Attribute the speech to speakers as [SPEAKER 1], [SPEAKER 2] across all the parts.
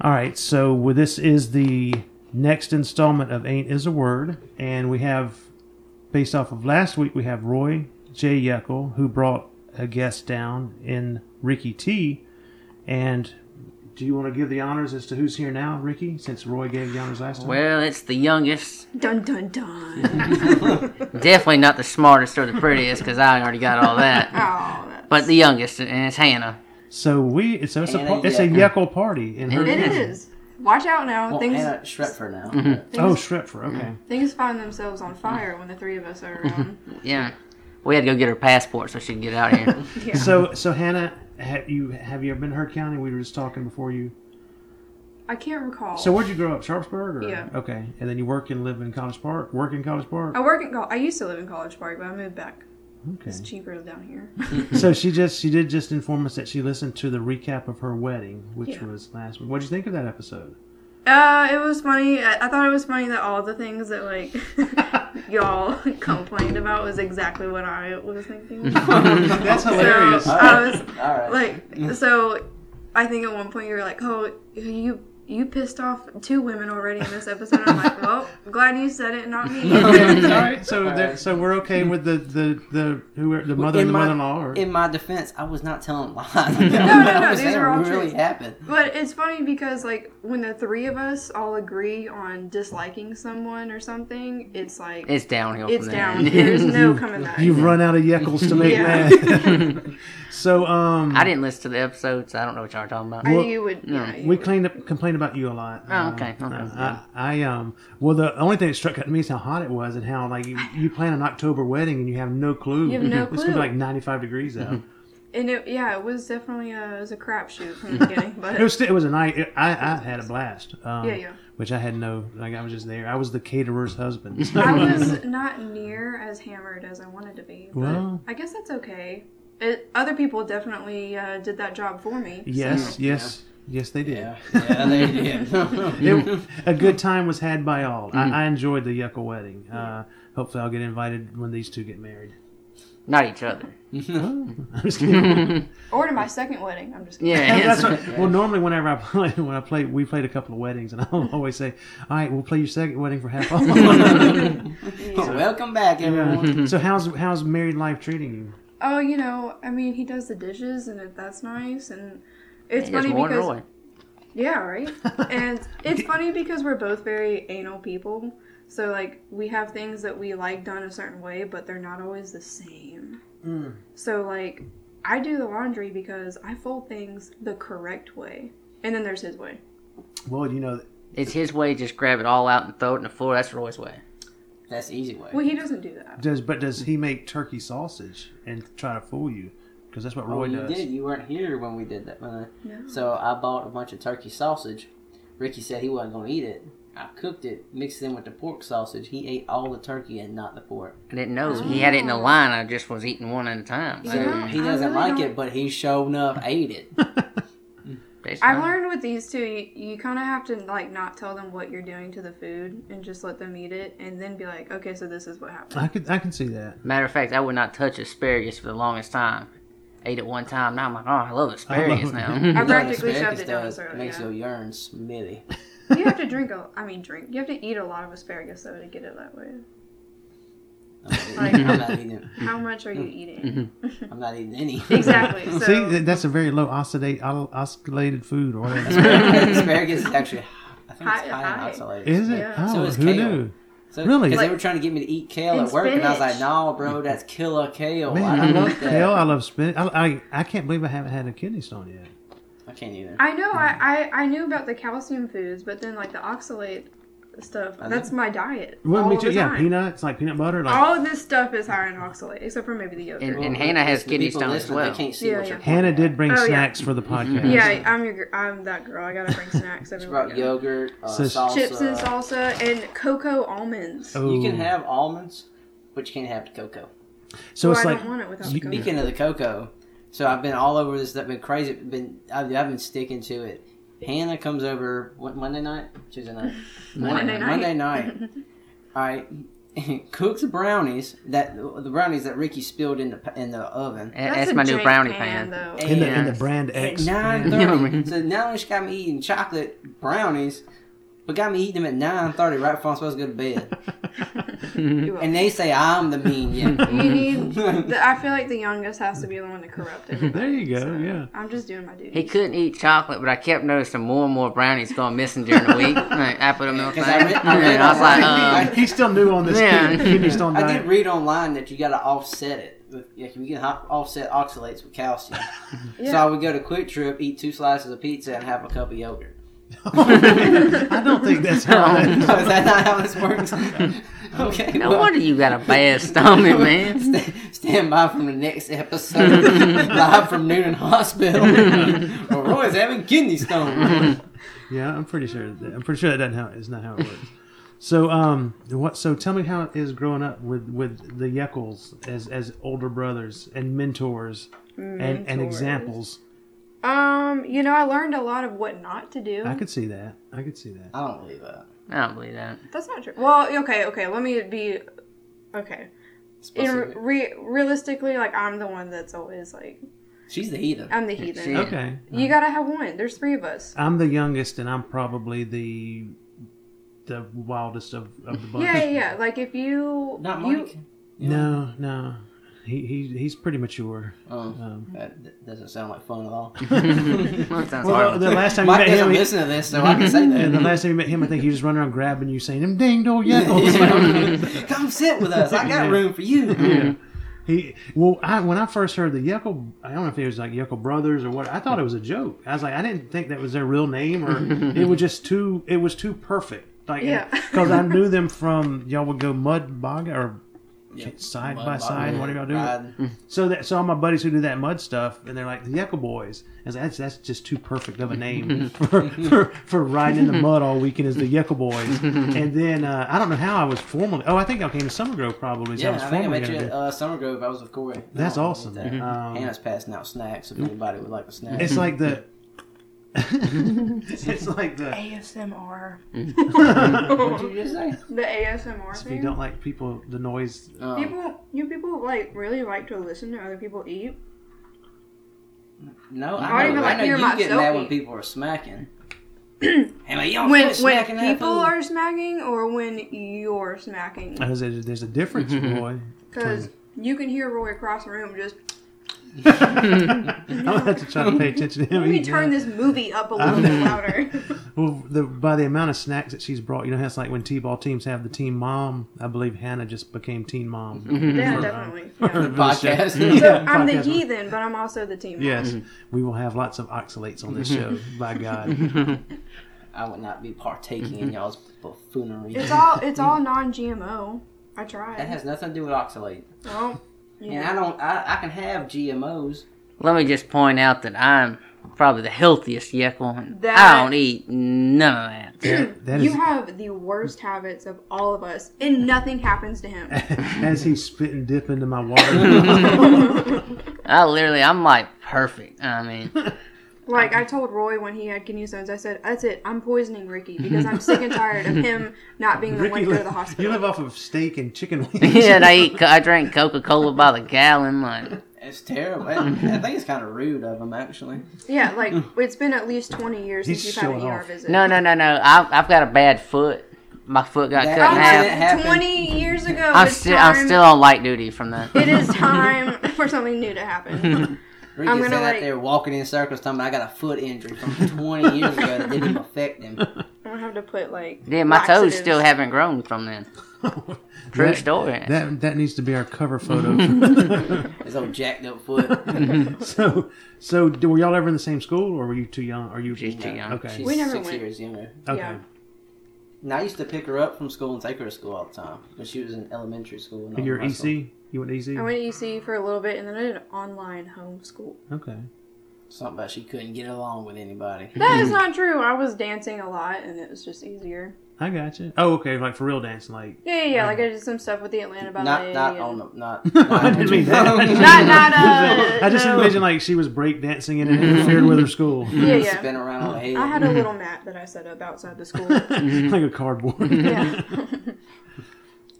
[SPEAKER 1] All right, so well, this is the next installment of Ain't Is a Word, and we have, based off of last week, we have Roy J. Yeckel, who brought a guest down in Ricky T. And do you want to give the honors as to who's here now, Ricky, since Roy gave the honors last time?
[SPEAKER 2] Well, it's the youngest.
[SPEAKER 3] Dun dun dun.
[SPEAKER 2] Definitely not the smartest or the prettiest, because I already got all that.
[SPEAKER 3] Oh, that's-
[SPEAKER 2] But the youngest, and it's Hannah.
[SPEAKER 1] so we, so it's a,
[SPEAKER 4] Anna
[SPEAKER 1] par- it's a Yeckel party in her.
[SPEAKER 3] it is. Watch out now.
[SPEAKER 4] Well,
[SPEAKER 3] things
[SPEAKER 4] Anna Shrepfer now.
[SPEAKER 1] Oh,
[SPEAKER 3] things,
[SPEAKER 1] Shrepfer, okay.
[SPEAKER 3] things find themselves on fire when the three of us are
[SPEAKER 1] Mm-hmm.
[SPEAKER 3] um, around.
[SPEAKER 2] Yeah. We had to go get her passport so she could get out of here.
[SPEAKER 3] yeah.
[SPEAKER 1] So, so Hannah, have you have you ever been to Heard County? We were just talking before you.
[SPEAKER 3] I can't recall.
[SPEAKER 1] So where'd you grow up? Sharpsburg? Or?
[SPEAKER 3] Yeah. Oh,
[SPEAKER 1] Okay, and then you work and live in College Park. Work in College Park.
[SPEAKER 3] I work in. Col- I used to live in College Park, but I moved back.
[SPEAKER 1] okay.
[SPEAKER 3] It's cheaper down here.
[SPEAKER 1] so she just she did just inform us that she listened to the recap of her wedding, which
[SPEAKER 3] Yeah.
[SPEAKER 1] was last week. What'd you think of that episode?
[SPEAKER 3] Uh, it was funny. I, I thought it was funny that all the things that like y'all complained about was exactly what I was thinking.
[SPEAKER 1] That's hilarious.
[SPEAKER 3] So I was
[SPEAKER 4] All right.
[SPEAKER 3] like, so I think at one point you were like, "Oh, you you pissed off two women already in this episode." I'm like, "Well, I'm glad you said it, not me."
[SPEAKER 1] Okay, all right, so
[SPEAKER 4] All
[SPEAKER 1] there-
[SPEAKER 4] right.
[SPEAKER 1] so we're okay with the the the who are, the mother and the
[SPEAKER 4] my-
[SPEAKER 1] mother-in-law. Or,
[SPEAKER 4] In my defense, I was not telling lies. no,
[SPEAKER 3] no, no, these are all
[SPEAKER 4] really
[SPEAKER 3] true.
[SPEAKER 4] happened.
[SPEAKER 3] But it's funny because like when the three of us all agree on disliking someone or something, it's like it's,
[SPEAKER 2] It's downhill from there.
[SPEAKER 3] down. There's no coming back.
[SPEAKER 1] You've run out of yeckles to make
[SPEAKER 3] Yeah.
[SPEAKER 1] mad. so um,
[SPEAKER 2] I didn't listen to the episode, so I don't know what y'all are talking about.
[SPEAKER 3] I knew
[SPEAKER 1] Well,
[SPEAKER 3] you would. yeah, you
[SPEAKER 1] We
[SPEAKER 3] would.
[SPEAKER 1] cleaned up, complained about you a lot.
[SPEAKER 2] Oh, okay, okay,
[SPEAKER 1] I, I um. Well, the only thing that struck out to me is how hot it was, and how like you, you plan an October wedding and you have no clue.
[SPEAKER 3] You have no
[SPEAKER 1] It's gonna be
[SPEAKER 3] clue. Mm-hmm.
[SPEAKER 1] like ninety five degrees out.
[SPEAKER 3] and it, yeah, it was definitely a it was a crapshoot from the beginning. But
[SPEAKER 1] it was still, it was a night. It, I I had a blast. Um,
[SPEAKER 3] Yeah, yeah.
[SPEAKER 1] Which I had no like I was just there. I was the caterer's husband.
[SPEAKER 3] I was not near as hammered as I wanted to be. But
[SPEAKER 1] Well.
[SPEAKER 3] I guess that's okay. It, other people definitely uh, did that job for me.
[SPEAKER 1] yes, yes, yes. They did.
[SPEAKER 4] Yeah, yeah, they did.
[SPEAKER 1] It- a good time was had by all.
[SPEAKER 3] Mm-hmm.
[SPEAKER 1] I, I enjoyed the Yucca wedding. Uh, hopefully, I'll get invited when these two get married.
[SPEAKER 2] Not each other.
[SPEAKER 1] I'm just kidding.
[SPEAKER 3] Mm. Or to my second wedding. I'm just kidding.
[SPEAKER 2] Yeah,
[SPEAKER 1] Yeah,
[SPEAKER 2] it's-
[SPEAKER 1] that's what, well, normally whenever I play, when I play, we played a couple of weddings, and I'll always say, "All right, we'll play your second wedding for half off."
[SPEAKER 4] Welcome back, everyone.
[SPEAKER 1] Yeah. So how's how's married life treating you?
[SPEAKER 3] Oh, you know, I mean, he does the dishes, and it, that's nice. And it's
[SPEAKER 2] It's
[SPEAKER 3] funny
[SPEAKER 2] one
[SPEAKER 3] because
[SPEAKER 2] Roy.
[SPEAKER 3] yeah, right. and it's funny because we're both very anal people. So like we have things that we like done a certain way, but they're not always the same. So like I do the laundry because I fold things the correct way, and then there's his way.
[SPEAKER 1] Well, you know,
[SPEAKER 2] It's his way, just grab it all out and throw it in the floor. That's Roy's way.
[SPEAKER 4] That's the easy way.
[SPEAKER 3] Well, he doesn't do that.
[SPEAKER 1] does but does he make turkey sausage and try to fool you? Because that's what
[SPEAKER 4] Oh,
[SPEAKER 1] Roy
[SPEAKER 4] you
[SPEAKER 1] does.
[SPEAKER 4] did. You weren't here when we did that. When I,
[SPEAKER 3] No.
[SPEAKER 4] So I bought a bunch of turkey sausage. Ricky said he wasn't going to eat it. I cooked it, mixed it in with the pork sausage. He ate all the turkey and not the pork.
[SPEAKER 2] I didn't know. He had it in a line. I just was eating one at a time.
[SPEAKER 4] So
[SPEAKER 2] So,
[SPEAKER 3] Yeah,
[SPEAKER 4] he
[SPEAKER 3] I
[SPEAKER 4] doesn't
[SPEAKER 3] really
[SPEAKER 4] like
[SPEAKER 3] don't-
[SPEAKER 4] it, but he showed enough ate it.
[SPEAKER 2] basically.
[SPEAKER 3] I've learned with these two, you, you kind of have to like not tell them what you're doing to the food and just let them eat it, and then be like, okay, so this is what happened.
[SPEAKER 1] I could I can see that.
[SPEAKER 2] Matter of fact, I would not touch asparagus for the longest time. Ate it one time. Now I'm like, oh, I love asparagus
[SPEAKER 1] I
[SPEAKER 2] now.
[SPEAKER 1] love
[SPEAKER 3] I
[SPEAKER 4] You know what
[SPEAKER 3] practically shoved
[SPEAKER 4] asparagus
[SPEAKER 3] it down his
[SPEAKER 4] does?
[SPEAKER 3] throat.
[SPEAKER 4] It makes
[SPEAKER 3] yeah.
[SPEAKER 4] your urine smelly.
[SPEAKER 3] you have to drink a, I mean, drink. You have to eat a lot of asparagus though to get it that way. Like-
[SPEAKER 4] I'm not eating.
[SPEAKER 3] How much are you eating?
[SPEAKER 4] I'm not eating any.
[SPEAKER 3] exactly. So
[SPEAKER 1] See, th- that's a very low oxidate o- oscillated food, or whatever.
[SPEAKER 4] asparagus is actually, I think
[SPEAKER 3] High-
[SPEAKER 4] it's high, in
[SPEAKER 3] high.
[SPEAKER 4] oxalates.
[SPEAKER 1] is it?
[SPEAKER 3] Yeah.
[SPEAKER 1] Oh,
[SPEAKER 4] So is
[SPEAKER 1] who
[SPEAKER 4] kale.
[SPEAKER 1] knew?
[SPEAKER 4] So,
[SPEAKER 1] Really?
[SPEAKER 4] Because
[SPEAKER 3] Like-
[SPEAKER 4] they were trying to get me to eat kale
[SPEAKER 3] And
[SPEAKER 4] at work, and I was like,
[SPEAKER 3] spinach.
[SPEAKER 4] "No, bro, that's killer kale.
[SPEAKER 1] Man,
[SPEAKER 4] Oh, I
[SPEAKER 1] I
[SPEAKER 4] don't
[SPEAKER 1] love
[SPEAKER 4] eat that.
[SPEAKER 1] kale. I love spinach. I, I I can't believe I haven't had a kidney stone yet.
[SPEAKER 4] I can't either."
[SPEAKER 3] I know I, I I knew about the calcium foods, but then like the oxalate stuff.
[SPEAKER 4] know.
[SPEAKER 3] That's my diet.
[SPEAKER 1] Well,
[SPEAKER 3] all
[SPEAKER 1] me too.
[SPEAKER 3] The
[SPEAKER 1] Yeah,
[SPEAKER 3] time.
[SPEAKER 1] peanuts like peanut butter. Like
[SPEAKER 3] All this stuff is high in oxalate, except for maybe the yogurt.
[SPEAKER 2] And, and
[SPEAKER 4] Well,
[SPEAKER 2] Hannah has
[SPEAKER 4] the
[SPEAKER 2] kidney
[SPEAKER 4] people
[SPEAKER 2] stone as
[SPEAKER 4] listening,
[SPEAKER 2] well.
[SPEAKER 4] They can't see
[SPEAKER 3] Yeah,
[SPEAKER 4] what
[SPEAKER 3] yeah.
[SPEAKER 4] you're
[SPEAKER 1] Hannah
[SPEAKER 4] pointing
[SPEAKER 1] did bring
[SPEAKER 3] Oh, yeah.
[SPEAKER 1] snacks for the
[SPEAKER 2] Mm-hmm.
[SPEAKER 1] podcast.
[SPEAKER 3] Yeah, I'm your, gr- I'm that girl. I gotta bring snacks
[SPEAKER 4] at. She
[SPEAKER 3] everywhere.
[SPEAKER 4] brought yogurt, uh,
[SPEAKER 1] So-
[SPEAKER 4] salsa.
[SPEAKER 3] Chips and salsa and cocoa almonds.
[SPEAKER 1] Oh.
[SPEAKER 4] You can have almonds, but you can't have the cocoa.
[SPEAKER 1] So
[SPEAKER 3] Well,
[SPEAKER 1] it's
[SPEAKER 3] I
[SPEAKER 1] like
[SPEAKER 3] don't want it without
[SPEAKER 1] you-
[SPEAKER 3] cocoa.
[SPEAKER 4] Speaking of the cocoa, so I've been all over this. I've been crazy. Been I've, I've been sticking to it. Hannah comes over what, Monday night, Tuesday night,
[SPEAKER 3] Monday night.
[SPEAKER 4] Monday night. all right, cooks brownies that the brownies that Ricky spilled in the in the oven.
[SPEAKER 2] That's, my
[SPEAKER 3] a
[SPEAKER 2] new
[SPEAKER 3] Jake
[SPEAKER 2] brownie pan.
[SPEAKER 3] pan, though.
[SPEAKER 1] In the, in
[SPEAKER 4] And
[SPEAKER 1] the brand X.
[SPEAKER 4] At nine
[SPEAKER 1] fan.
[SPEAKER 2] You know what I
[SPEAKER 4] thirty.
[SPEAKER 2] mean?
[SPEAKER 4] so not only she got me eating chocolate brownies, but got me eating them at nine thirty right before I'm supposed to go to bed.
[SPEAKER 3] You
[SPEAKER 4] and they say I'm the mean yeah.
[SPEAKER 3] You need. The, I feel like the youngest has to be the one to corrupt everybody.
[SPEAKER 1] There you go. Yeah.
[SPEAKER 3] I'm just doing my
[SPEAKER 2] He
[SPEAKER 3] duty.
[SPEAKER 2] couldn't eat chocolate, but I kept noticing more and more brownies going missing during the week. like, I put them in the thing.
[SPEAKER 4] Because I read- I read
[SPEAKER 2] and I was
[SPEAKER 4] online-
[SPEAKER 2] like, uh,
[SPEAKER 1] He's still new on this
[SPEAKER 2] Yeah.
[SPEAKER 1] kid. Kidney's still on
[SPEAKER 4] I did
[SPEAKER 1] diet.
[SPEAKER 4] read online that you got to offset it. with- Like you can ho- offset oxalates with calcium. So I would go to Quick Trip, eat two slices of pizza, and have a cup of yogurt.
[SPEAKER 1] I don't think that's how that is.
[SPEAKER 4] Oh, is that not how this works? okay.
[SPEAKER 2] no
[SPEAKER 4] well,
[SPEAKER 2] wonder you got a bad stomach, man.
[SPEAKER 4] sta- Stand by from the next episode, live from Newton Hospital. well, Roy's having kidney stones.
[SPEAKER 1] Yeah, I'm pretty sure. That, I'm pretty sure that doesn't how is not how it works. So um, what? So tell me how it is growing up with with the Yeckles as as older brothers and mentors, And, and
[SPEAKER 3] Mentors.
[SPEAKER 1] examples.
[SPEAKER 3] Um, you know, I learned a lot of what not to do.
[SPEAKER 1] I could see that. I could see that.
[SPEAKER 4] I don't believe uh, that.
[SPEAKER 2] I don't believe that.
[SPEAKER 3] That's not true. Well, okay, okay. Let me be. Okay. In
[SPEAKER 4] Supposed to
[SPEAKER 3] re- realistically, like I'm the one that's always like
[SPEAKER 4] be- She's the heathen.
[SPEAKER 3] I'm the heathen.
[SPEAKER 2] Yeah.
[SPEAKER 1] Okay.
[SPEAKER 3] You gotta have one. There's three of us.
[SPEAKER 1] I'm the youngest, and I'm probably the the wildest of, of the bunch.
[SPEAKER 3] Yeah, yeah, yeah. Like if you
[SPEAKER 4] Not
[SPEAKER 3] you-
[SPEAKER 4] Mike.
[SPEAKER 1] No, no. He, he he's pretty mature.
[SPEAKER 4] Um,
[SPEAKER 1] Um,
[SPEAKER 4] that that doesn't sound like fun at all.
[SPEAKER 2] That sounds
[SPEAKER 1] well,
[SPEAKER 2] horrible.
[SPEAKER 1] the last time you
[SPEAKER 4] Mike
[SPEAKER 1] met
[SPEAKER 4] doesn't
[SPEAKER 1] him, he,
[SPEAKER 4] listen to this, so I can say
[SPEAKER 1] and the
[SPEAKER 4] that.
[SPEAKER 1] last time you met him, I think he was running around grabbing you, saying "them dang old Yeckles."
[SPEAKER 4] Come sit with us. I
[SPEAKER 1] Yeah.
[SPEAKER 4] got room for you.
[SPEAKER 1] He well, I, when I first heard the Yuckle, I don't know if it was like Yuckle Brothers or what. I thought it was a joke. I was like, I didn't think that was their real name, or it was just too. It was too perfect. Like,
[SPEAKER 3] Yeah.
[SPEAKER 1] because I knew them from y'all would go mud bog or
[SPEAKER 4] Yeah.
[SPEAKER 1] side
[SPEAKER 4] Mud
[SPEAKER 1] by
[SPEAKER 4] Bog-
[SPEAKER 1] side. What are y'all doing?
[SPEAKER 4] Riding.
[SPEAKER 1] So that so all my buddies who do that mud stuff, and they're like the Yuckle Boys. I was like, that's that's just too perfect of a name for, for for riding in the mud all weekend as the Yuckle Boys. And then uh, I don't know how I was formally. Oh, I think I came to Summer Grove probably. So I
[SPEAKER 4] Yeah,
[SPEAKER 1] was
[SPEAKER 4] I think I
[SPEAKER 1] formally
[SPEAKER 4] met you
[SPEAKER 1] gonna
[SPEAKER 4] at
[SPEAKER 1] do-
[SPEAKER 4] uh, Summer Grove. I was with Corey.
[SPEAKER 1] That's
[SPEAKER 4] No,
[SPEAKER 1] awesome.
[SPEAKER 4] that.
[SPEAKER 1] Um,
[SPEAKER 4] Hannah's passing out snacks if anybody would like a snack.
[SPEAKER 1] It's like the. it's like the.
[SPEAKER 3] ASMR.
[SPEAKER 4] what did you just say?
[SPEAKER 3] The ASMR
[SPEAKER 1] If you
[SPEAKER 3] thing.
[SPEAKER 1] don't like people, the noise.
[SPEAKER 4] Um,
[SPEAKER 3] people, you people like really like to listen to other people eat.
[SPEAKER 4] no,
[SPEAKER 3] I
[SPEAKER 4] I
[SPEAKER 3] don't
[SPEAKER 4] know,
[SPEAKER 3] even like
[SPEAKER 4] I know
[SPEAKER 3] hearing
[SPEAKER 4] you get
[SPEAKER 3] myself
[SPEAKER 4] mad when
[SPEAKER 3] eat.
[SPEAKER 4] people are smacking. Am I young?
[SPEAKER 3] When when
[SPEAKER 4] smacking that
[SPEAKER 3] people
[SPEAKER 4] food.
[SPEAKER 3] are smacking or when you're smacking,
[SPEAKER 1] I know There's there's a difference, boy.
[SPEAKER 3] because you can hear Roy across the room just.
[SPEAKER 1] I'm gonna have to try to pay attention to him.
[SPEAKER 3] Let me
[SPEAKER 1] eating
[SPEAKER 3] turn
[SPEAKER 1] that.
[SPEAKER 3] this movie up a little bit louder.
[SPEAKER 1] Well, the, by the amount of snacks that she's brought, you know, how it's like when t-ball teams have the team mom. I believe Hannah just became teen mom.
[SPEAKER 3] yeah, definitely. Yeah.
[SPEAKER 4] podcast.
[SPEAKER 1] Yeah,
[SPEAKER 3] I'm the
[SPEAKER 1] podcast.
[SPEAKER 3] heathen, but I'm also the team.
[SPEAKER 1] Yes, we will have lots of oxalates on this show. by God,
[SPEAKER 4] I would not be partaking
[SPEAKER 1] Mm-hmm.
[SPEAKER 4] in y'all's buffoonery.
[SPEAKER 3] It's all it's all non-GMO. I tried.
[SPEAKER 4] That has nothing to do with oxalate.
[SPEAKER 3] well, yeah.
[SPEAKER 4] And I don't. I, I can have GMOs.
[SPEAKER 2] Let me just point out that I'm probably the healthiest Yekel. and
[SPEAKER 3] That-
[SPEAKER 2] I don't eat none of that.
[SPEAKER 1] that
[SPEAKER 3] you
[SPEAKER 1] is
[SPEAKER 3] have the worst habits of all of us, and nothing happens to him.
[SPEAKER 1] as he spit and dip into my water.
[SPEAKER 2] I literally, I'm like perfect. I mean,
[SPEAKER 3] Like I told Roy when he had kidney stones, I said, "That's it. I'm poisoning Ricky because I'm sick and tired of him not being the one
[SPEAKER 1] Ricky,
[SPEAKER 3] to go to the
[SPEAKER 1] live, you
[SPEAKER 3] hospital."
[SPEAKER 1] live off of steak and chicken wings.
[SPEAKER 2] yeah, and I eat, I drink Coca Cola by the gallon. Like,
[SPEAKER 4] It's terrible. I, I think it's kind of rude of them, actually.
[SPEAKER 3] yeah, like it's been at least 20 years
[SPEAKER 1] He's
[SPEAKER 3] since you've had an
[SPEAKER 1] showing
[SPEAKER 3] ER
[SPEAKER 1] off.
[SPEAKER 3] visit.
[SPEAKER 2] no, no, no, no. I've, I've got a bad foot. My foot got
[SPEAKER 4] That-
[SPEAKER 2] cut in
[SPEAKER 3] I'm
[SPEAKER 4] That
[SPEAKER 2] half.
[SPEAKER 3] like,
[SPEAKER 4] happened.
[SPEAKER 3] 20 years ago.
[SPEAKER 2] I'm
[SPEAKER 3] it's
[SPEAKER 2] still,
[SPEAKER 3] time,
[SPEAKER 2] I'm still on light duty from that.
[SPEAKER 3] It is time for something new to happen.
[SPEAKER 4] Rick
[SPEAKER 3] I'm
[SPEAKER 4] is
[SPEAKER 3] gonna,
[SPEAKER 4] out
[SPEAKER 3] like-
[SPEAKER 4] there walking in circles, talking about I got a foot injury from 20 years ago that didn't affect him.
[SPEAKER 3] I'm gonna have to put like.
[SPEAKER 2] Yeah, my toes
[SPEAKER 3] laxatives.
[SPEAKER 2] still haven't grown from then. True
[SPEAKER 1] That-
[SPEAKER 2] story.
[SPEAKER 1] That that needs to be our cover photo.
[SPEAKER 4] His old jacked up foot.
[SPEAKER 1] so so do, were y'all ever in the same school, or were you too young? Are you
[SPEAKER 2] She's too young.
[SPEAKER 1] Okay.
[SPEAKER 4] She's
[SPEAKER 3] We never
[SPEAKER 4] six
[SPEAKER 3] went.
[SPEAKER 4] years younger.
[SPEAKER 1] okay.
[SPEAKER 3] Yeah.
[SPEAKER 4] And I used to pick her up from school and take her to school all the time because she was in elementary school. And
[SPEAKER 1] And you're E
[SPEAKER 4] your
[SPEAKER 1] EC. You went EC.
[SPEAKER 3] I went to EC for a little bit, and then I did online homeschool.
[SPEAKER 1] okay.
[SPEAKER 4] Something about she couldn't get along with anybody.
[SPEAKER 3] That
[SPEAKER 1] Hmm.
[SPEAKER 3] is not true. I was dancing a lot, and it was just easier.
[SPEAKER 1] I got you. Oh, okay. Like for real dancing, like.
[SPEAKER 3] Yeah, yeah, yeah. Like I did some stuff with the Atlanta Ballet.
[SPEAKER 4] Not not
[SPEAKER 3] and-
[SPEAKER 4] on the not.
[SPEAKER 1] I didn't mean that.
[SPEAKER 3] Not, not, uh,
[SPEAKER 1] I just
[SPEAKER 3] no.
[SPEAKER 1] envisioned like she was break dancing and it
[SPEAKER 4] Mm-hmm.
[SPEAKER 1] interfered with her school,
[SPEAKER 3] Yeah, yeah.
[SPEAKER 4] Spin around on the head.
[SPEAKER 3] I had a
[SPEAKER 1] Mm-hmm.
[SPEAKER 4] Mm-hmm.
[SPEAKER 3] little mat that I set up outside the school.
[SPEAKER 1] like a cardboard.
[SPEAKER 3] yeah.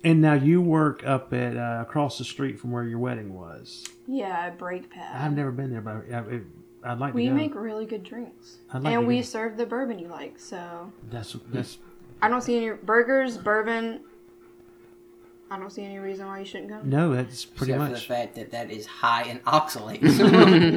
[SPEAKER 1] And now you work up at uh, across the street from where your wedding was.
[SPEAKER 3] Yeah, break pad.
[SPEAKER 1] I've never been there, but I, I, I'd like
[SPEAKER 3] we
[SPEAKER 1] to go.
[SPEAKER 3] make really good drinks,
[SPEAKER 1] I'd like
[SPEAKER 3] and
[SPEAKER 1] to
[SPEAKER 3] we
[SPEAKER 1] go.
[SPEAKER 3] serve the bourbon you like. So
[SPEAKER 1] that's that's
[SPEAKER 3] I don't see any burgers, bourbon. I don't see any reason why you shouldn't go.
[SPEAKER 1] no, that's pretty
[SPEAKER 4] Except for the
[SPEAKER 1] much.
[SPEAKER 4] fact that that is high in oxalates.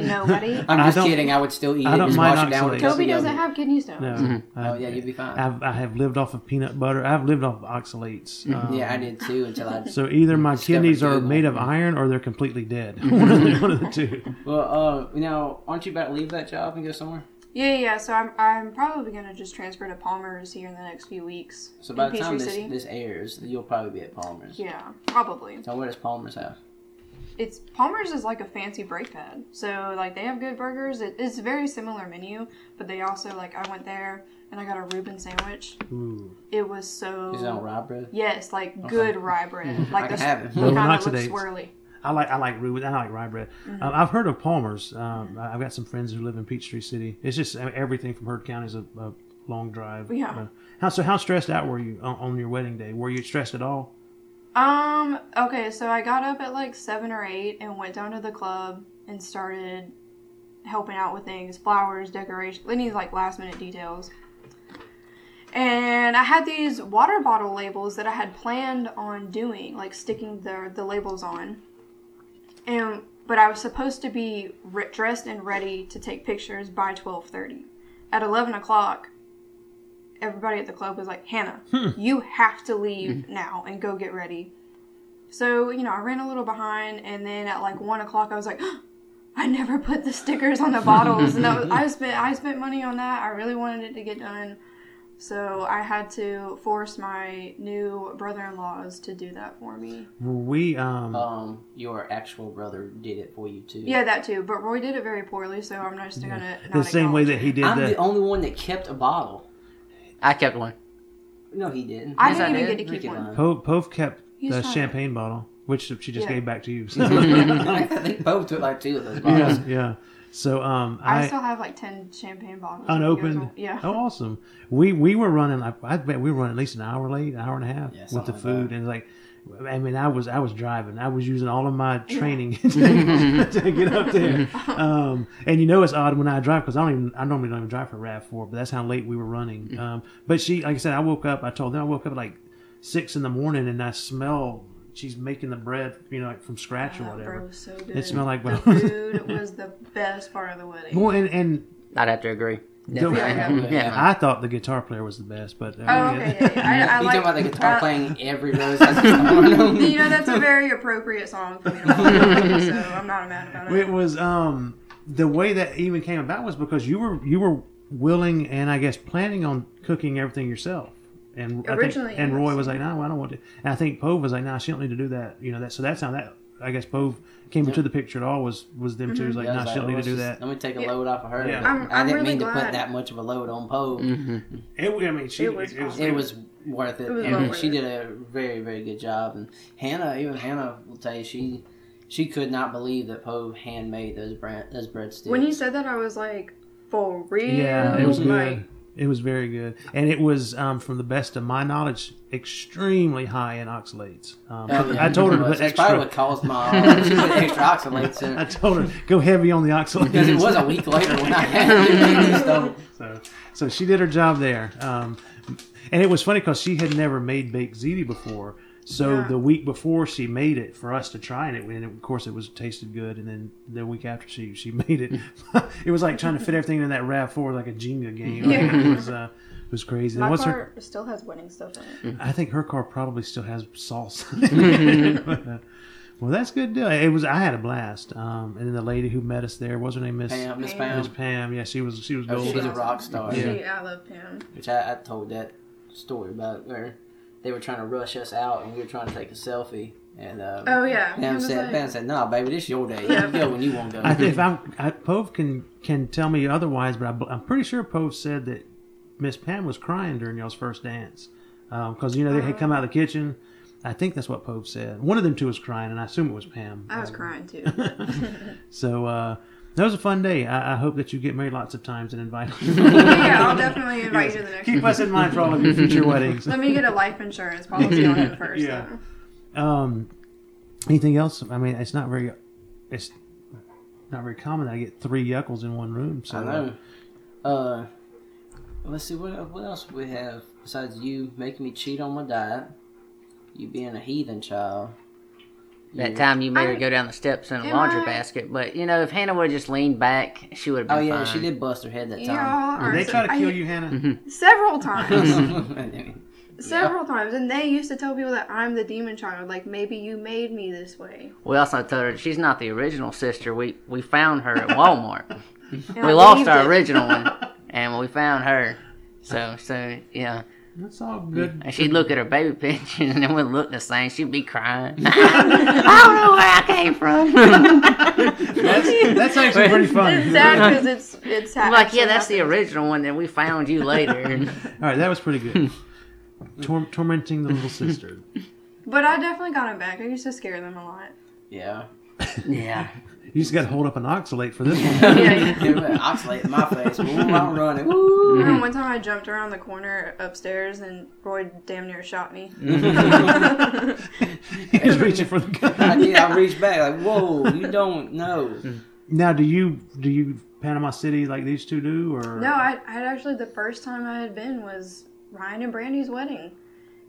[SPEAKER 3] Nobody.
[SPEAKER 4] I'm
[SPEAKER 1] I
[SPEAKER 4] just
[SPEAKER 1] don't-
[SPEAKER 4] kidding. I would still eat
[SPEAKER 1] I
[SPEAKER 4] it.
[SPEAKER 1] don't
[SPEAKER 4] Just
[SPEAKER 1] mind
[SPEAKER 4] wash it down with
[SPEAKER 1] oxalates.
[SPEAKER 4] a cup of
[SPEAKER 3] Toby
[SPEAKER 4] yogurt.
[SPEAKER 3] doesn't have kidney stones.
[SPEAKER 1] No,
[SPEAKER 4] Oh
[SPEAKER 1] I-
[SPEAKER 4] yeah, you'd be fine.
[SPEAKER 1] I've, I have lived off of peanut butter. I've lived off of oxalates. Um,
[SPEAKER 4] Mm-hmm. yeah, I did too until I.
[SPEAKER 1] So either my
[SPEAKER 4] Discovered
[SPEAKER 1] kidneys are
[SPEAKER 4] Google.
[SPEAKER 1] made of iron or they're completely dead. one, of the, one of the
[SPEAKER 4] Mm-hmm.
[SPEAKER 1] two.
[SPEAKER 4] well, uh, now aren't you about to leave that job and go somewhere?
[SPEAKER 3] Yeah, yeah. So I'm, I'm probably gonna just transfer to Palmer's here in the next few weeks.
[SPEAKER 4] So by
[SPEAKER 3] in
[SPEAKER 4] the
[SPEAKER 3] Peachtree
[SPEAKER 4] time this,
[SPEAKER 3] City.
[SPEAKER 4] this airs, you'll probably be at Palmer's.
[SPEAKER 3] Yeah, probably.
[SPEAKER 4] So where does Palmer's have?
[SPEAKER 3] It's Palmer's is like a fancy break pad. So like they have good burgers. It, it's a very similar menu, but they also like I went there and I got a Reuben sandwich.
[SPEAKER 1] Ooh.
[SPEAKER 3] It was so.
[SPEAKER 4] Is it on rye bread?
[SPEAKER 3] Yes, like good rye bread. Like
[SPEAKER 4] I
[SPEAKER 3] the
[SPEAKER 4] can have it.
[SPEAKER 3] kind
[SPEAKER 1] No, not
[SPEAKER 3] that looks
[SPEAKER 1] today.
[SPEAKER 3] swirly.
[SPEAKER 1] I like I like Reuben. I like rye bread.
[SPEAKER 3] Mm-hmm.
[SPEAKER 1] Um, I've heard of Palmer's. Um, I- I've got some friends who live in Peachtree City. It's just I mean, everything from Heard County is a, a long drive.
[SPEAKER 3] Yeah.
[SPEAKER 1] Uh, how so? How stressed out were you on, on your wedding day? Were you stressed at all?
[SPEAKER 3] Um. Okay, so I got up at like seven or eight and went down to the club and started helping out with things, flowers, decoration, any like last minute details. And I had these water bottle labels that I had planned on doing, like sticking the the labels on. And but I was supposed to be re- dressed and ready to take pictures by twelve thirty. At eleven o'clock, everybody at the club was like, "Hannah, you have to leave now and go get ready." So you know, I ran a little behind, and then at like one o'clock, I was like. I never put the stickers on the bottles, and that was, I spent I spent money on that. I really wanted it to get done, so I had to force my new brother-in-laws to do that for me.
[SPEAKER 1] Were we um,
[SPEAKER 4] Um, your actual brother did it for you too.
[SPEAKER 3] Yeah, that too. But Roy did it very poorly, so I'm just gonna not
[SPEAKER 1] the same way that
[SPEAKER 3] acknowledge
[SPEAKER 1] he
[SPEAKER 3] it.
[SPEAKER 1] did
[SPEAKER 4] I'm
[SPEAKER 1] that?
[SPEAKER 4] the only one that kept a bottle.
[SPEAKER 2] I kept one.
[SPEAKER 4] No, he didn't.
[SPEAKER 3] I
[SPEAKER 2] Yes,
[SPEAKER 3] didn't
[SPEAKER 2] I
[SPEAKER 3] even
[SPEAKER 2] did.
[SPEAKER 3] get to keep
[SPEAKER 4] Ricky
[SPEAKER 3] one.
[SPEAKER 4] lied.
[SPEAKER 1] Pove, Pove kept
[SPEAKER 3] He's
[SPEAKER 1] the
[SPEAKER 3] fine.
[SPEAKER 1] champagne bottle, which she just
[SPEAKER 3] Yeah.
[SPEAKER 1] gave back to you. So,
[SPEAKER 4] I think Bo took like two of those bottles.
[SPEAKER 1] yeah, yeah. So um,
[SPEAKER 3] I,
[SPEAKER 1] I,
[SPEAKER 3] still have like ten champagne bottles if you guys
[SPEAKER 1] unopened.
[SPEAKER 3] want- Yeah.
[SPEAKER 1] Oh, awesome. We we were running. I, I bet we were running at least an hour late, an hour and a half
[SPEAKER 4] Yeah,
[SPEAKER 1] with the
[SPEAKER 4] something like
[SPEAKER 1] food,
[SPEAKER 4] that.
[SPEAKER 1] and like, I mean, I was I was driving. I was using all of my training to get up there. Um, and you know it's odd when I drive because I don't even I normally don't even drive for Rav Four, but that's how late we were
[SPEAKER 4] Mm-hmm.
[SPEAKER 1] running. Um, but she, like I said, I woke up. I told them I woke up at like six in the morning, and I smell. She's making the bread, you know, like from scratch or
[SPEAKER 3] That bread
[SPEAKER 1] whatever.
[SPEAKER 3] was so good.
[SPEAKER 1] It smelled like
[SPEAKER 3] the food was the best part of the wedding.
[SPEAKER 1] Well, and, and
[SPEAKER 2] I'd have to agree.
[SPEAKER 1] the-
[SPEAKER 3] Yeah.
[SPEAKER 2] Yeah.
[SPEAKER 1] I thought the guitar player was the best, but uh,
[SPEAKER 3] Oh, okay. Yeah, yeah. I, I
[SPEAKER 4] you
[SPEAKER 3] like, uh,
[SPEAKER 4] talking about the guitar
[SPEAKER 3] I-
[SPEAKER 4] playing every rose has its thorn?
[SPEAKER 3] You know, that's a very appropriate song for me to play, so I'm not mad about it.
[SPEAKER 1] It was um the way that even came about was because you were you were willing and I guess planning on cooking everything yourself. And I think-
[SPEAKER 3] Originally,
[SPEAKER 1] and Roy
[SPEAKER 3] yes.
[SPEAKER 1] was like, "No, I don't want to." And I think Pove was like, "No, she don't need to do that." You know that. So that's how that I guess Pove came into the picture at all was was them
[SPEAKER 3] Mm-hmm.
[SPEAKER 1] two. Was like,
[SPEAKER 4] Yeah, I
[SPEAKER 1] "No,
[SPEAKER 4] was
[SPEAKER 1] she don't
[SPEAKER 4] like,
[SPEAKER 1] need to
[SPEAKER 4] let's
[SPEAKER 1] do
[SPEAKER 4] just-
[SPEAKER 1] that."
[SPEAKER 4] Let me take a
[SPEAKER 3] Yeah.
[SPEAKER 4] load off of her.
[SPEAKER 1] Yeah.
[SPEAKER 4] but
[SPEAKER 3] I'm-
[SPEAKER 4] I
[SPEAKER 3] I'm
[SPEAKER 4] didn't mean to
[SPEAKER 3] really
[SPEAKER 4] put
[SPEAKER 3] glad.
[SPEAKER 4] that much of a load on Poe.
[SPEAKER 2] Mm-hmm.
[SPEAKER 1] It, I mean, she
[SPEAKER 3] It was
[SPEAKER 1] it was,
[SPEAKER 4] It was worth it,
[SPEAKER 3] It was
[SPEAKER 4] and
[SPEAKER 3] well worth
[SPEAKER 4] she
[SPEAKER 3] it.
[SPEAKER 4] did a very, very good job. And Hannah, even Hannah will tell you, she she could not believe that Poe handmade those bread those breadsticks.
[SPEAKER 3] When he said that, I was like, for real?
[SPEAKER 1] Yeah, it was
[SPEAKER 3] Like,
[SPEAKER 1] good. It was very good, and it was, um, from the best of my knowledge, extremely high in oxalates. Um,
[SPEAKER 4] Oh, yeah,
[SPEAKER 1] I told her
[SPEAKER 4] it
[SPEAKER 1] to
[SPEAKER 4] was.
[SPEAKER 1] put
[SPEAKER 4] That's
[SPEAKER 1] extra.
[SPEAKER 4] probably what caused my she put extra oxalates in
[SPEAKER 1] I
[SPEAKER 4] it
[SPEAKER 1] told her go heavy on the oxalates
[SPEAKER 4] because it was a week later when I had it. So,
[SPEAKER 1] So, so she did her job there. Um, and it was funny because she had never made baked ziti before. So
[SPEAKER 3] Yeah.
[SPEAKER 1] the week before she made it for us to try, and it, and of course it was tasted good. And then the week after she she made it, it was like trying to fit everything in that Rav Four like a Jenga game.
[SPEAKER 3] Yeah.
[SPEAKER 1] It was uh, it was crazy. And
[SPEAKER 3] My
[SPEAKER 1] what's her?
[SPEAKER 3] car still has wedding stuff in it.
[SPEAKER 1] I think her car probably still has sauce. well, that's good. deal. It was. I had a blast. Um, and then the lady who met us there, what was her name Miss
[SPEAKER 4] Pam, Miss
[SPEAKER 3] Pam.
[SPEAKER 4] Pam,
[SPEAKER 1] Miss Pam? Yeah, she was. She was
[SPEAKER 4] Oh,
[SPEAKER 1] gold.
[SPEAKER 4] she's a rock star.
[SPEAKER 1] Yeah.
[SPEAKER 3] She, I love Pam.
[SPEAKER 4] Which I, I told that story about where they were trying to rush us out and we were trying to take a selfie. And um,
[SPEAKER 3] Oh, yeah. Pam
[SPEAKER 4] Pam
[SPEAKER 3] was
[SPEAKER 4] said,
[SPEAKER 3] like-
[SPEAKER 4] Pam said, "No, baby, this your day. You go when you want to go."
[SPEAKER 1] I, if I'm, I, Pove can can tell me otherwise, but I, bl- I'm pretty sure Pove said that Miss Pam was crying during y'all's first dance because you know they had come out of the kitchen. I think that's what Pove said. One of them two was crying, and I assume it was Pam.
[SPEAKER 3] I was crying too.
[SPEAKER 1] So uh, that was a fun day. I, I hope that you get married lots of times and invite.
[SPEAKER 3] yeah, I'll definitely invite you to the next
[SPEAKER 1] Keep
[SPEAKER 3] one.
[SPEAKER 1] us in mind for all of your future weddings.
[SPEAKER 3] Let me get a life insurance policy on it first.
[SPEAKER 1] Yeah.
[SPEAKER 3] Yeah.
[SPEAKER 1] Um, anything else? I mean, it's not very, it's not very common. that I get three yuckles in one room. So
[SPEAKER 4] I know. Uh, let's see what what else we have besides you making me cheat on my diet, you being a heathen child.
[SPEAKER 2] That
[SPEAKER 4] you-
[SPEAKER 2] time you made her
[SPEAKER 3] I-
[SPEAKER 2] go down the steps in a
[SPEAKER 3] Am
[SPEAKER 2] laundry
[SPEAKER 3] I-
[SPEAKER 2] basket. But, you know, if Hannah would have just leaned back, she would have been
[SPEAKER 4] Oh yeah, she
[SPEAKER 2] fine.
[SPEAKER 4] did bust her head that
[SPEAKER 3] Y'all
[SPEAKER 4] time.
[SPEAKER 3] are
[SPEAKER 1] they
[SPEAKER 3] so-
[SPEAKER 1] try to
[SPEAKER 3] I-
[SPEAKER 1] kill you,
[SPEAKER 4] Mm-hmm.
[SPEAKER 1] Hannah.
[SPEAKER 3] several times,
[SPEAKER 4] That's
[SPEAKER 3] several times, and they used to tell people that I'm the demon child. Like maybe you made me this way.
[SPEAKER 2] We also told her she's not the original sister. We we found her at Walmart.
[SPEAKER 3] And I
[SPEAKER 2] we lost
[SPEAKER 3] believed
[SPEAKER 2] our
[SPEAKER 3] it.
[SPEAKER 2] original one, and we found her. So so yeah,
[SPEAKER 1] That's all good.
[SPEAKER 2] and she'd look at her baby pictures, and it wouldn't look the same. She'd be crying. I don't know where I came from.
[SPEAKER 1] That's, that's actually pretty
[SPEAKER 3] It's
[SPEAKER 1] funny. All
[SPEAKER 3] sad because it's it's ha-
[SPEAKER 2] I'm like yeah,
[SPEAKER 3] actually
[SPEAKER 2] that's the
[SPEAKER 3] happened.
[SPEAKER 2] original one. Then we found you later.
[SPEAKER 1] right, that was pretty good. Tor- tormenting the little sister.
[SPEAKER 3] But I definitely got them back. I used to scare them a lot.
[SPEAKER 4] yeah.
[SPEAKER 2] yeah,
[SPEAKER 1] You just got to hold up an oxalate for this one.
[SPEAKER 3] Yeah.
[SPEAKER 4] Oxalate in my face. Ooh, I'm running. Ooh.
[SPEAKER 3] I remember one time I jumped around the corner upstairs and Roy damn near shot me.
[SPEAKER 4] Mm.
[SPEAKER 1] He's reaching for the
[SPEAKER 4] I
[SPEAKER 1] gun.
[SPEAKER 4] did. I reached back like, whoa, you don't know.
[SPEAKER 1] Now, do you do you Panama City like these two do, or
[SPEAKER 3] No, I, I had actually the first time I had been was Ryan and Brandy's wedding.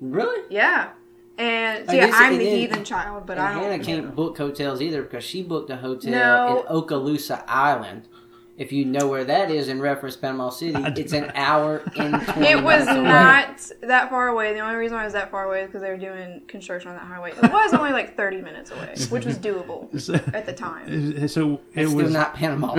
[SPEAKER 4] Really?
[SPEAKER 3] Yeah, and
[SPEAKER 4] I
[SPEAKER 3] see,
[SPEAKER 4] guess
[SPEAKER 3] I'm
[SPEAKER 4] it
[SPEAKER 3] the
[SPEAKER 4] is-
[SPEAKER 3] heathen child, but
[SPEAKER 4] And
[SPEAKER 3] I
[SPEAKER 4] Hannah
[SPEAKER 3] don't.
[SPEAKER 4] can't book hotels either because she booked a hotel
[SPEAKER 3] No.
[SPEAKER 4] in Okaloosa Island. If you know where that is in reference to Panama City,
[SPEAKER 1] I do
[SPEAKER 4] it's an hour and 20
[SPEAKER 3] It was
[SPEAKER 4] minutes away.
[SPEAKER 3] not that far away. The only reason I was that far away is because they were doing construction on that highway. It was only like 30 minutes away, which was doable
[SPEAKER 1] So,
[SPEAKER 4] uh,
[SPEAKER 3] at the time.
[SPEAKER 1] so it
[SPEAKER 4] It's
[SPEAKER 1] was.
[SPEAKER 4] still not Panama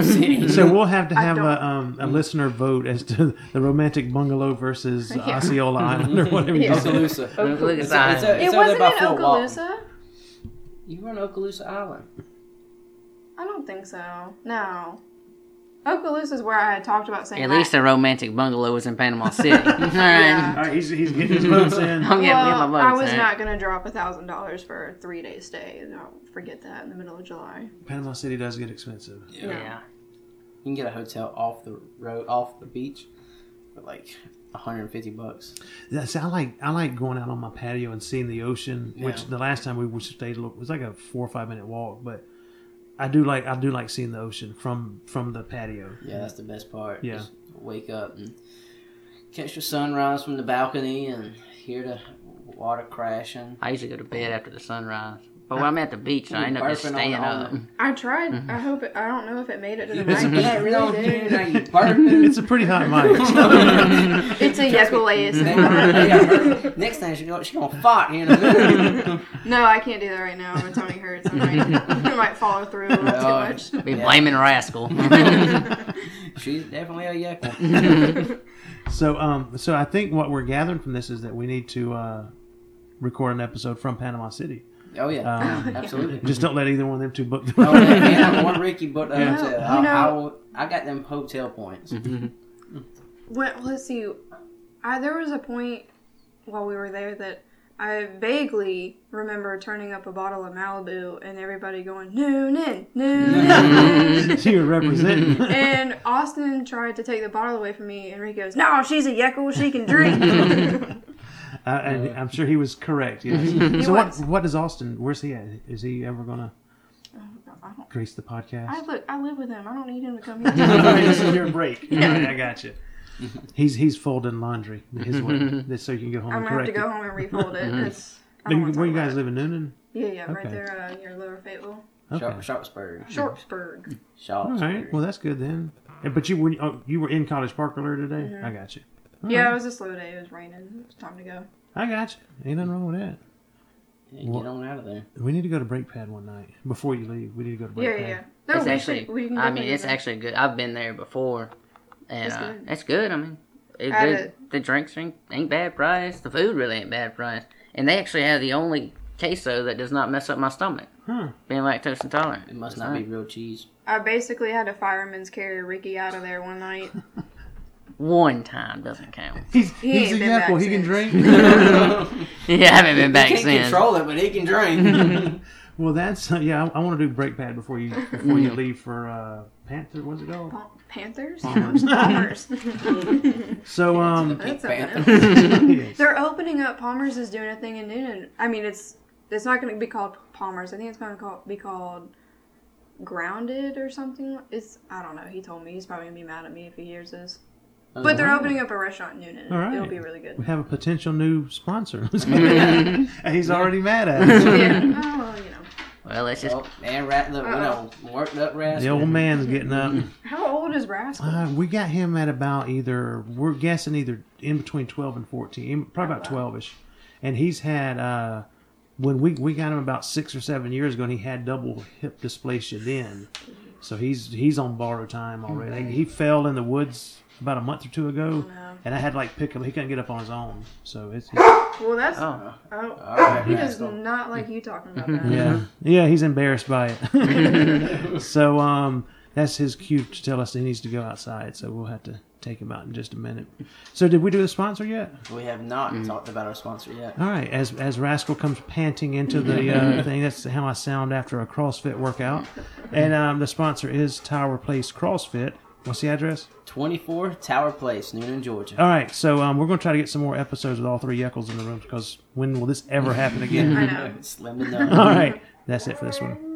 [SPEAKER 4] City.
[SPEAKER 1] so we'll have to
[SPEAKER 3] I
[SPEAKER 1] have
[SPEAKER 3] don't-
[SPEAKER 1] a, um, a listener vote as to the romantic bungalow versus
[SPEAKER 3] Yeah.
[SPEAKER 1] Osceola Island or whatever. you
[SPEAKER 3] Yeah.
[SPEAKER 1] said.
[SPEAKER 4] Okaloosa.
[SPEAKER 2] Okaloosa
[SPEAKER 4] It's- it's-
[SPEAKER 2] Island.
[SPEAKER 4] it's-
[SPEAKER 3] It
[SPEAKER 4] it's
[SPEAKER 3] wasn't
[SPEAKER 4] over by
[SPEAKER 3] in
[SPEAKER 4] Fort Walton.
[SPEAKER 3] Okaloosa.
[SPEAKER 4] You were in Okaloosa Island.
[SPEAKER 3] I don't think so. No. Okaloosa is where I had talked about saying
[SPEAKER 2] at least
[SPEAKER 3] I,
[SPEAKER 2] a romantic bungalow was in Panama City. All right.
[SPEAKER 1] All right, he's, he's getting his votes in.
[SPEAKER 2] I'm getting me
[SPEAKER 3] well,
[SPEAKER 2] my
[SPEAKER 3] I
[SPEAKER 2] votes.
[SPEAKER 3] was
[SPEAKER 2] all right.
[SPEAKER 3] not going to drop a thousand dollars for a three day stay. and I'll forget that in the middle of July.
[SPEAKER 1] Panama City does get expensive.
[SPEAKER 3] no.
[SPEAKER 2] Yeah.
[SPEAKER 4] You can get a hotel off the road, off the beach, for like 150 bucks.
[SPEAKER 1] That's, I like I like going out on my patio and seeing the ocean. Which
[SPEAKER 4] Yeah.
[SPEAKER 1] the last time we we stayed it was like a four or five minute walk, but I do like I do like seeing the ocean from from the patio.
[SPEAKER 4] Yeah, that's the best part.
[SPEAKER 1] Yeah.
[SPEAKER 4] Just wake up and catch the sunrise from the balcony and hear the water crashing.
[SPEAKER 2] I usually go to bed after the sunrise. But when I'm at the beach, I
[SPEAKER 4] You
[SPEAKER 2] end up just
[SPEAKER 4] burping on
[SPEAKER 2] staying
[SPEAKER 4] the
[SPEAKER 2] up.
[SPEAKER 4] island.
[SPEAKER 3] I tried.
[SPEAKER 2] Mm-hmm.
[SPEAKER 3] I hope it, I don't know if it made it to the
[SPEAKER 4] It's
[SPEAKER 3] mic.
[SPEAKER 4] getting
[SPEAKER 3] It
[SPEAKER 4] on
[SPEAKER 3] really
[SPEAKER 4] here,
[SPEAKER 3] did.
[SPEAKER 4] now you burping.
[SPEAKER 1] It's a pretty hot mic.
[SPEAKER 3] It's a Yekul
[SPEAKER 4] They are- they are- Next thing she go, she gonna fart here in a minute.
[SPEAKER 3] No, I can't do that right now. My tummy hurts. I might, I might follow through a little
[SPEAKER 4] Oh.
[SPEAKER 3] too much.
[SPEAKER 2] Be
[SPEAKER 4] Yeah.
[SPEAKER 2] blaming rascal.
[SPEAKER 4] She's definitely a yucca.
[SPEAKER 1] So, um, so I think what we're gathering from this is that we need to uh, record an episode from Panama City.
[SPEAKER 4] Oh yeah,
[SPEAKER 1] Um,
[SPEAKER 4] absolutely.
[SPEAKER 1] Just don't let either one of them two book. The
[SPEAKER 4] Mm-hmm. Oh, yeah, yeah, one Ricky booked a
[SPEAKER 1] Yeah.
[SPEAKER 4] hotel.
[SPEAKER 3] You
[SPEAKER 4] I, I,
[SPEAKER 3] know-
[SPEAKER 4] will- I got them hotel points.
[SPEAKER 1] Mm-hmm.
[SPEAKER 3] Well, let's see. I, there was a point while we were there that I vaguely remember turning up a bottle of Malibu and everybody going Noonan, Noonan.
[SPEAKER 1] you represent.
[SPEAKER 4] Mm-hmm.
[SPEAKER 3] and Austin tried to take the bottle away from me, and Ricky goes, "No, she's a Yekel. She can drink."
[SPEAKER 1] I, I, I'm sure he was correct.
[SPEAKER 4] Mm-hmm.
[SPEAKER 1] Yes. so, what
[SPEAKER 3] was.
[SPEAKER 1] what does Austin? Where's he at? Is he ever gonna
[SPEAKER 3] I don't-
[SPEAKER 1] grace the podcast?
[SPEAKER 3] I look. I live with him. I don't need him to come here.
[SPEAKER 1] All right, this is your break. All right, I got you. He's he's folding laundry his way, just so you can get home
[SPEAKER 3] I'm
[SPEAKER 1] and
[SPEAKER 3] gonna have
[SPEAKER 1] correct
[SPEAKER 3] to
[SPEAKER 1] it.
[SPEAKER 3] go home and refold it. It's, I
[SPEAKER 1] Then
[SPEAKER 3] don't wanna
[SPEAKER 1] Where you
[SPEAKER 3] talk about
[SPEAKER 1] guys
[SPEAKER 3] it.
[SPEAKER 1] live in Noonan?
[SPEAKER 3] Yeah, yeah, right
[SPEAKER 1] Okay.
[SPEAKER 3] there, uh, near Lower Fayetteville,
[SPEAKER 1] Okay.
[SPEAKER 4] Sharp, Sharpsburg.
[SPEAKER 3] Sharpsburg.
[SPEAKER 1] All
[SPEAKER 4] Sharpsburg.
[SPEAKER 1] right. Well, that's good then. Yeah, But you were oh, you were in College Park earlier today.
[SPEAKER 3] Mm-hmm.
[SPEAKER 1] I got you.
[SPEAKER 3] Yeah, it was a slow day. It was raining. It was time to go.
[SPEAKER 1] I got you. Ain't nothing wrong with that.
[SPEAKER 4] Yeah, get on out of there.
[SPEAKER 1] We need to go to break pad one night before you leave. We need to go to break
[SPEAKER 3] Yeah, yeah,
[SPEAKER 1] pad.
[SPEAKER 3] yeah. No,
[SPEAKER 2] uh, It's
[SPEAKER 3] we
[SPEAKER 2] actually,
[SPEAKER 3] should- we can
[SPEAKER 2] I
[SPEAKER 3] definitely
[SPEAKER 2] mean,
[SPEAKER 3] do
[SPEAKER 2] it's
[SPEAKER 3] that.
[SPEAKER 2] actually good. I've been there before, and
[SPEAKER 3] It's
[SPEAKER 2] uh,
[SPEAKER 3] good.
[SPEAKER 2] it's good. I mean, it,
[SPEAKER 3] I
[SPEAKER 2] they,
[SPEAKER 3] had
[SPEAKER 2] the drinks ain't, ain't bad price. The food really ain't bad price, and they actually have the only queso that does not mess up my stomach,
[SPEAKER 1] Huh.
[SPEAKER 2] being lactose intolerant.
[SPEAKER 4] It must
[SPEAKER 2] It's
[SPEAKER 4] not be real cheese.
[SPEAKER 3] I basically had a fireman's carry Ricky out of there one night.
[SPEAKER 2] One time doesn't count.
[SPEAKER 1] He's,
[SPEAKER 3] He
[SPEAKER 1] he's a
[SPEAKER 3] ain't been back
[SPEAKER 1] yappel. He can
[SPEAKER 3] since.
[SPEAKER 1] drink.
[SPEAKER 2] yeah, I haven't been
[SPEAKER 4] He
[SPEAKER 2] back
[SPEAKER 4] can't
[SPEAKER 2] since.
[SPEAKER 4] control it, but he can drink.
[SPEAKER 1] well, that's uh, yeah. I, I want to do break pad before you before you leave for uh, Panther. What's it called?
[SPEAKER 3] Pal- Panthers? Palmers.
[SPEAKER 1] So um,
[SPEAKER 3] That's
[SPEAKER 4] Big
[SPEAKER 3] something
[SPEAKER 4] fan.
[SPEAKER 3] else.
[SPEAKER 1] yes.
[SPEAKER 3] They're opening up. Palmer's is doing a thing in Noonan. I mean, it's It's not going to be called Palmer's. I think it's going to call, be called Grounded or something. It's I don't know. He told me he's probably going to be mad at me if he hears this.
[SPEAKER 2] Oh,
[SPEAKER 3] But they're
[SPEAKER 4] Uh-huh.
[SPEAKER 3] opening up a restaurant in Newnan.
[SPEAKER 1] All right.
[SPEAKER 3] It'll be really good.
[SPEAKER 1] We have a potential new sponsor. and he's already mad at us.
[SPEAKER 3] yeah. Oh, well, you know.
[SPEAKER 2] Well, let's just.
[SPEAKER 4] Oh, man, rat, look,
[SPEAKER 3] Uh-oh.
[SPEAKER 4] you know, worked up rascal.
[SPEAKER 1] The old man's getting up.
[SPEAKER 3] How old is Rascal?
[SPEAKER 1] Uh, we got him at about either, we're guessing either in between 12 and 14, in- probably about 12 ish. And he's had, uh, when we, we got him about six or seven years ago, and he had double hip dysplasia then. So he's he's on borrowed time already. Like, he fell in the woods about a month or two ago,
[SPEAKER 3] Wow.
[SPEAKER 1] and I had to, like pick him. He couldn't get up on his own. So it's, it's
[SPEAKER 3] well, that's. Oh.
[SPEAKER 2] Oh,
[SPEAKER 4] Alright,
[SPEAKER 3] he does
[SPEAKER 4] Rascal.
[SPEAKER 3] not like you talking about that.
[SPEAKER 1] yeah, yeah, he's embarrassed by it. so um, that's his cue to tell us he needs to go outside. So we'll have to take him out in just a minute. So did we do the sponsor yet?
[SPEAKER 4] We have not talked about our sponsor yet.
[SPEAKER 1] All right, as as Rascal comes panting into the uh, thing, that's how I sound after a CrossFit workout. And um, the sponsor is Tower Place CrossFit. What's the address?
[SPEAKER 4] 24 Tower Place, Noonan, Georgia.
[SPEAKER 1] All right, so um, we're going to try to get some more episodes with all three Yeckles in the room because when will this ever happen
[SPEAKER 3] I
[SPEAKER 1] again?
[SPEAKER 3] know.
[SPEAKER 4] Slim to none.
[SPEAKER 1] all right, that's it for this one.